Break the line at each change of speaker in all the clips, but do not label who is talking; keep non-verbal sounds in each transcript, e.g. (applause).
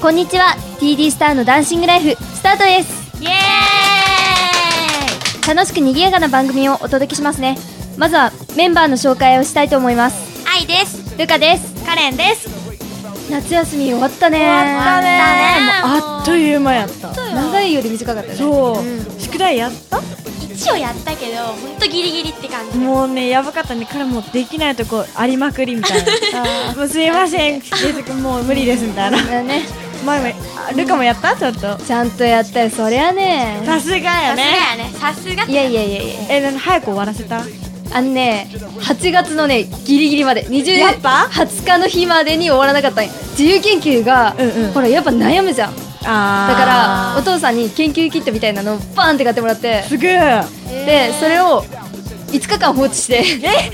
こんにちは TD スターのダンシングライフスタートです
イエー
楽しく賑やかな番組をお届けしますねまずはメンバーの紹介をしたいと思います
イ愛です
ルカです
カレンです
夏休み終わったね終
終わったね
もうあっという間やった
長いより短かったね
そう、
う
宿題やった
一応やったけど本当ギリギリって感じ
もうねやばかったねからもうできないとこありまくりみたいな
(laughs)
もうすいませんレズ君もう無理ですみたいな
だね
前もあルカもやったちょっと
ちゃんとやったよそりゃね
さすがや
さすが
ね
やねさすが
いやいやいやいや
えなんか早く終わらせた
あのね8月のねギリギリまで20
やっぱ
20日の日までに終わらなかったんよ自由研究が、
うんうん
ほらやっぱ悩むじゃんだ
あ
からお父さんに研究キットみたいなのをバーンって買ってもらって
すぐなんで
でそれを5日間放置 (laughs) して
すぐやんない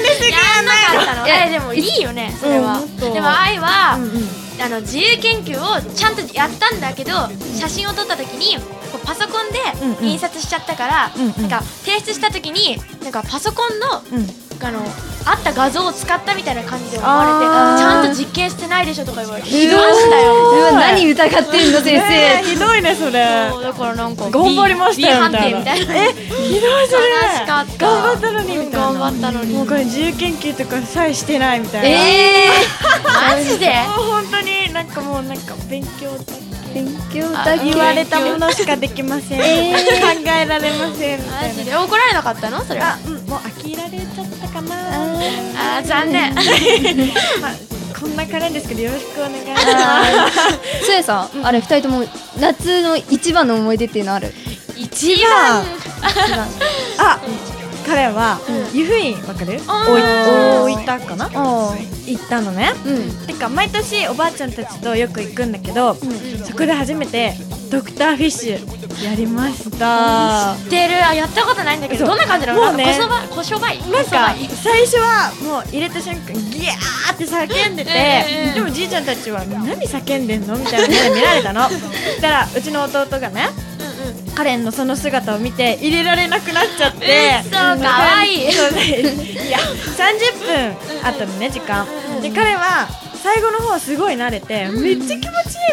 やんなかったの
いや
えでもいいよねそれは、
うんもっと
でも愛は、
うんうん
あの自由研究をちゃんとやったんだけど写真を撮った時にこうパソコン
うんうん
で印刷しちゃったから、
うんうん
なんか提出した時になんかパソコンの
うん
あのあった画像を使ったみたいな感じで思われてち
あー
ゃんと実験してないでしょとか言われて
ひどい
ましたよ
うわ何疑ってんの先
ね
生
えひどいねそれ
そうだからなんか
頑張りましたよ
B, 判定みたいな
えひどいそれ
悲しかった
頑張ったのにみたいな
うん頑張ったのに
もうこれ自由研究とかさえしてないみたいな
え
マジで
もう本当になんかもうなんか勉強だ
ー、勉強だけ
言われたものしかできません、
えー
考えられませんみた
マジ
いな
で怒られなかったのそれは
あ、うん、もう飽きられちゃったかな
あー残念
まあ、こんなカレンですけどよろしくお願いします
(laughs) そやさんあれ2人とも夏の一番の思い出っていうのある
一
番
番
あ、カレンは、湯布院わかる
あー
おい大分かな
あ
行ったのね
うん
てか毎年おばあちゃんたちとよく行くんだけど、そこで初めてドクターフィッシュやりました
知ってるあやったことないんだけど
そ
ど
う
んな感じなの
も
な
うん
か
ね
こそばこしょばい
なんか
こそばい
最初はもう入れた瞬間ギャーって叫んでて、
ええ
でもじいちゃんたちは何叫んでんのみたいな目で見られ (laughs) たのそしたらうちの弟がねカレンのその姿を見て入れられなくなっちゃって
うっそーかわいい
そうねいや30分あったのね時間で彼は最後の方すごい慣れてめっちゃ気持ちいい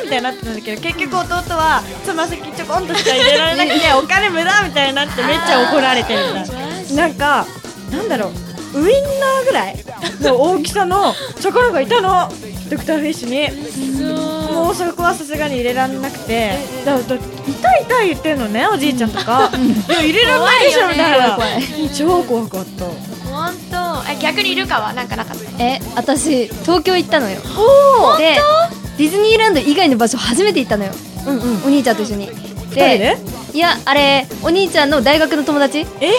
みたいになってたんだけど結局弟はつま先ちょこんとしか入れられなくてお金無駄みたいになってめっちゃ怒られてるみたいななんか、なんだろう、ウインナーぐらいの大きさの魚がいたの、ドクターフィッシュに。もうそこはさすがに入れられなくて、だだ痛い痛い言ってんのね、おじいちゃんとか。いや、入れられないでしょみたいな
怖いよね。
超怖かった。
本当え逆にルカはなんかなかった
え私東京行ったのよ
お
でディズニーランド以外の場所初めて行ったのよ
うんうん。
お兄ちゃんと一緒に
人で
いやあれお兄ちゃんの大学の友達
え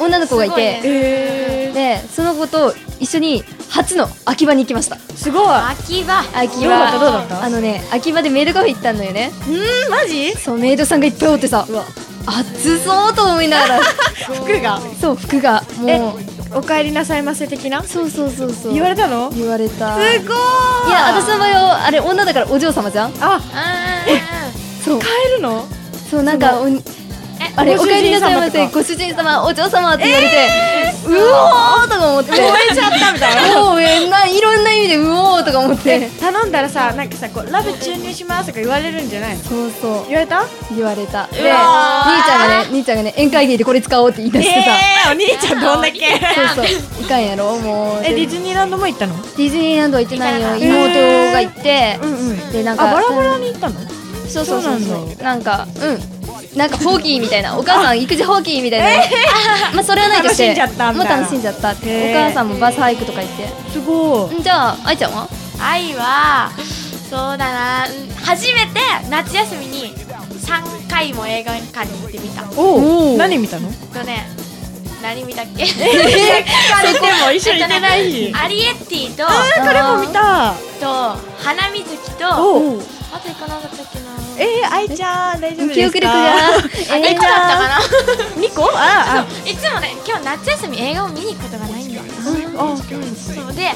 女の子がい
すごい
て
ね
え
でその子と一緒に初の秋葉に行きました
ー、すごい。
秋葉
秋
どうだったどうだ
葉
った
あのね秋葉でメイドカフェ行ったのよね
うーん、マジ
そうメイドさんがいっぱいおってさ
うわ、
暑そうと思いな
(laughs)
がら
服が。
そう服が
え
もう、
お帰りなさいませ的な
そうそうそうそう
言われたのす
言われた
ごーい
いや私の場合はあれ女だからお嬢様じゃん
あ、
う
そう
帰るの
そうなんかおに
え
あれお
ご主
帰りな
人様とか
さいませご主人様お嬢様って言われて、うおーとか思って
燃えちゃったみたいな。
もうえないろんな意味でうおーとか思っ
え
て
頼んだらさなんかさこうラブ注入しますとか言われるんじゃないの
そうそう
言われた
言われたで
う
兄ち
わー
ゃんがね兄ちゃんがね宴会芸でこれ使おうって言い出してさ、
えー、お兄ちゃんどんだけ
そうそういかんやろもうで
えデ
デ
ィズニーランドも行ったの
ィズニーランドは行ってないよ
行
かなかった
妹が行って、
んうん
でなん
あ
か
バラバラに行ったの
そうそうそう
そう
そ
な
うんなんかうんなんかホーキーみたいなお母さん育児ホーキーみたいな、 (laughs) まあそれはないとして
楽しんじゃったみ
もう
たいな
楽しんじゃったって、
へ
お
ー
母さんもバスハイクとか行って
すごい
んじゃあ愛ちゃんは
愛はそうだなうん初めて夏休みに3回も映画館に行ってみた
お
お
お
ー
何見たの
えっとね何見たっけ
彼でも一緒に行ってない
えっとねアリエッティと
あー彼も見た
と花水木とあ
おお
と行かなかったっけな
えー、愛ちゃん大丈夫ですか
記憶力が (laughs)
あ
え
猫だったかな
二個あ
(laughs) いつもね今日夏休み映画を見に行くことがないんだよ、
ああ
そうで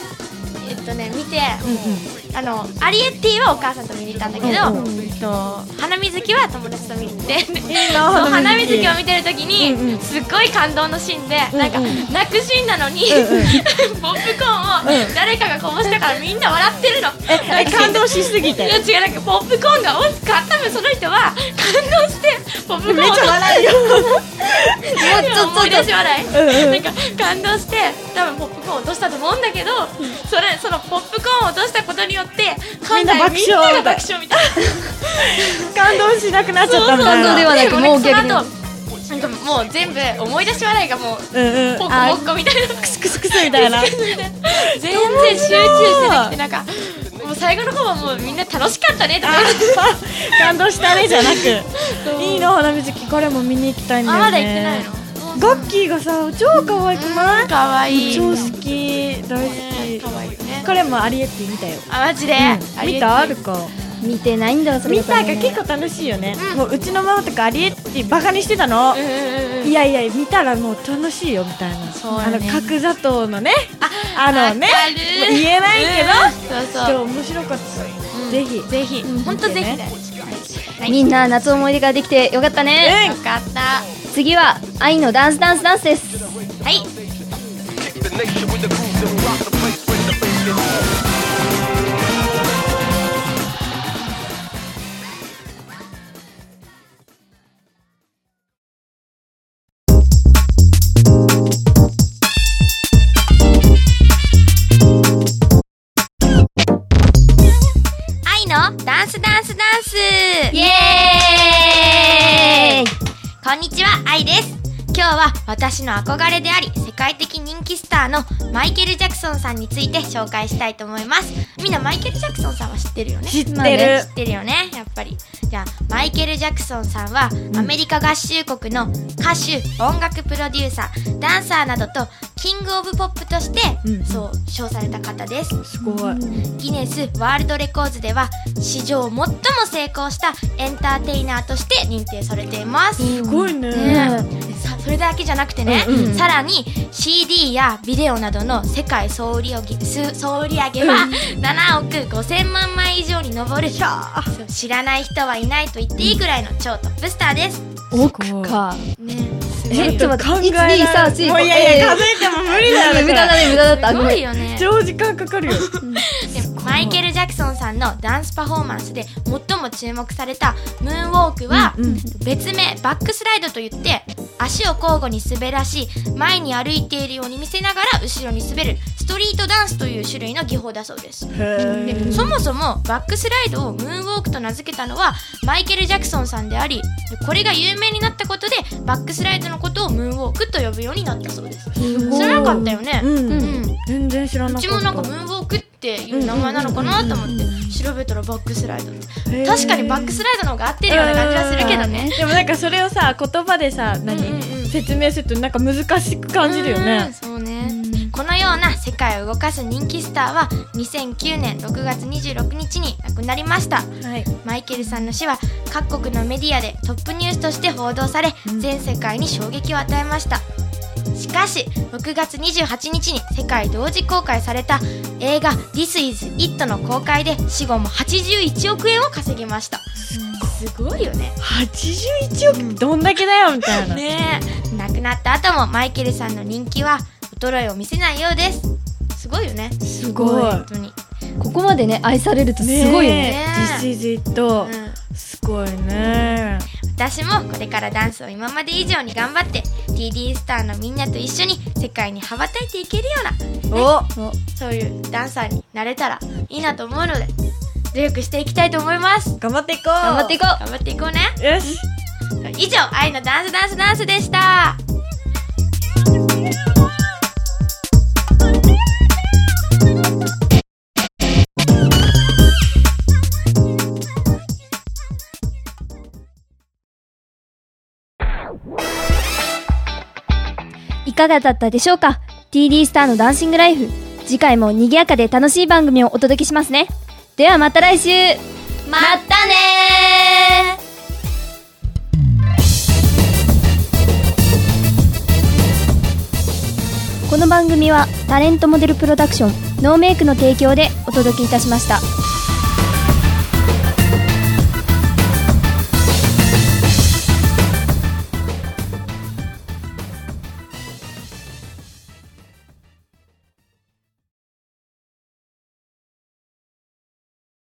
えっとね見て、
うんうん
あのアリエッティはお母さんと見に行ったんだけど、
うんうんと
花水木は友達と見に行って
いい
そ
な
う花
花
水
水
木
木
を見てる時に、
うんうん
すっごい感動のシーンで、なんか
うんうん
泣くシーンなのに、
うんうん
(laughs) ポップコーンを誰かがこぼしたからみんな笑ってるの。 (laughs)
ええ感動しすぎ
い
て
や違うなんかポップコーンが多か多分その人は感動してポップコーンを
めっちゃ笑うよ
ちょちょ
思い出し笑い、
うんうん
なんか感動して多分ポップコーンを落としたと思うんだけど、それそのポップコーンを落としたことによって
みんな爆笑
みんなが爆笑みたいな
(laughs) 感動しなくなっちゃったみたいな
そうそうそうではなくもう逆に
になんかもう全部思い出し笑いがもう
うんうん
ポ
あ
ッコポッコみたいな
クスクスクスみた
(laughs)
いな
全然集中してなくてなんかもう最後の方はもうみんな楽しかったねとか言って
感動したねじゃなくいいの花水木これも見に行きたいんだ
あま
よね
だ行ってないの
ガッキーがさ超可愛くない
可愛い
超好き大好
可愛いね
きこれもアリエッティ見たよ
あマジで、
うん見たあるか
見てないんだわそれ
見たが
が
結構楽しいよね
うん
もううちのママとかアリエッティバカにしてたの
うんうんうんうん
いやいや見たらもう楽しいよみたいな
そう
あ
だ
の
ね
角砂糖のねあのね
わかる
まあ言えないけど
うんそう
今
そ
日
う
面白かった
うん
ぜひ
ぜひ
うん
本当ぜひだよ
みんな夏思い出ができてよかったね、
よかったは
次は愛のダンスダンスダンスです
い愛のダンスダンスダンス
イエーイ
こんにちは、愛です。今日は私の憧れであり、世界的人気スターのマイケル・ジャクソンさんについて紹介したいと思います。みんなマイケル・ジャクソンさんは知ってるよね
知ってる
まあね知ってるよね、やっぱり。じゃあ、マイケル・ジャクソンさんは、アメリカ合衆国の歌手、音楽プロデューサー、ダンサーなどと、キング・オブ・ポップとして、
うん
そう、称された方です。
すごい
ギネスワールドレコーズでは史上最も成功したエンターテイナーとして認定されています。
すごいね
ねさそれだけじゃなくてね、
うんうん
さらに CD やビデオなどの世界総売り上げす総売り上げは7億5000万枚以上に上るそう知らない人はいないと言っていいぐらいの超トップスターです。
奥か
ね、
えちょっと待って
考えられ
1 2 3 4
もういやいや数えても無理だよ
無駄だね無駄だった
す
ご
ご
め
い
ん
よね。
超時間かかるよ
でマイケル・ジャクソンさんのダンスパフォーマンスで最も注目されたムーンウォークは
うんうん
別名バックスライドといって足を交互に滑らし前に歩いているように見せながら後ろに滑るストリートダンスという種類の技法だそうです
へ
でそもそもバックスライドをムーンウォークと名付けたのはマイケル・ジャクソンさんでありこれが有名になったことでバックスライドのことをムーンウォークと呼ぶようになったそうです
ー
知らなかったよね、
うん
うん
全然知らな
う
かった
ちもなんかムーンウォークっていう名前なのかなと思って調べたらバックスライドって
へー
確かにバックスライドの方が合ってるような感じはするけどね
でもなんかそれをさ言葉でさ何、
うんうんうん
説明するとなんか難しく感じるよ
うん
ね
そうねこのような世界を動かす人気スターは2009年6月26日に亡くなりました
はい
マイケルさんの死は各国のメディアでトップニュースとして報道され
うん
全世界に衝撃を与えましたしかし6月28日に世界同時公開された映画「This is It」の公開で死後も81億円を稼ぎましたすごいよね
81億どんだけだよみたいな、
ねえ亡くなった後もマイケルさんの人気は衰えを見せないようですすごいよね
す
ごい
本当に
ここまでね愛されるとすごいよね
ねえ
This is it、
うん
すごいね
私もこれからダンスを今まで以上に頑張って TD スターのみんなと一緒に世界に羽ばたいていけるような
お
お
そういうダンサーになれたらいいなと思うので努力していきたいと思います
頑張っていこう
頑張っていこう
頑張っていこうね
よし
以上愛のダンスダンスダンスでした
いかがだったでしょうか TD スターのダンシングライフ次回も賑やかで楽しい番組をお届けしますねではまた来週
またねー
この番番組はタレントモデルプロダクションノーメイクの提供でお届けいたしました。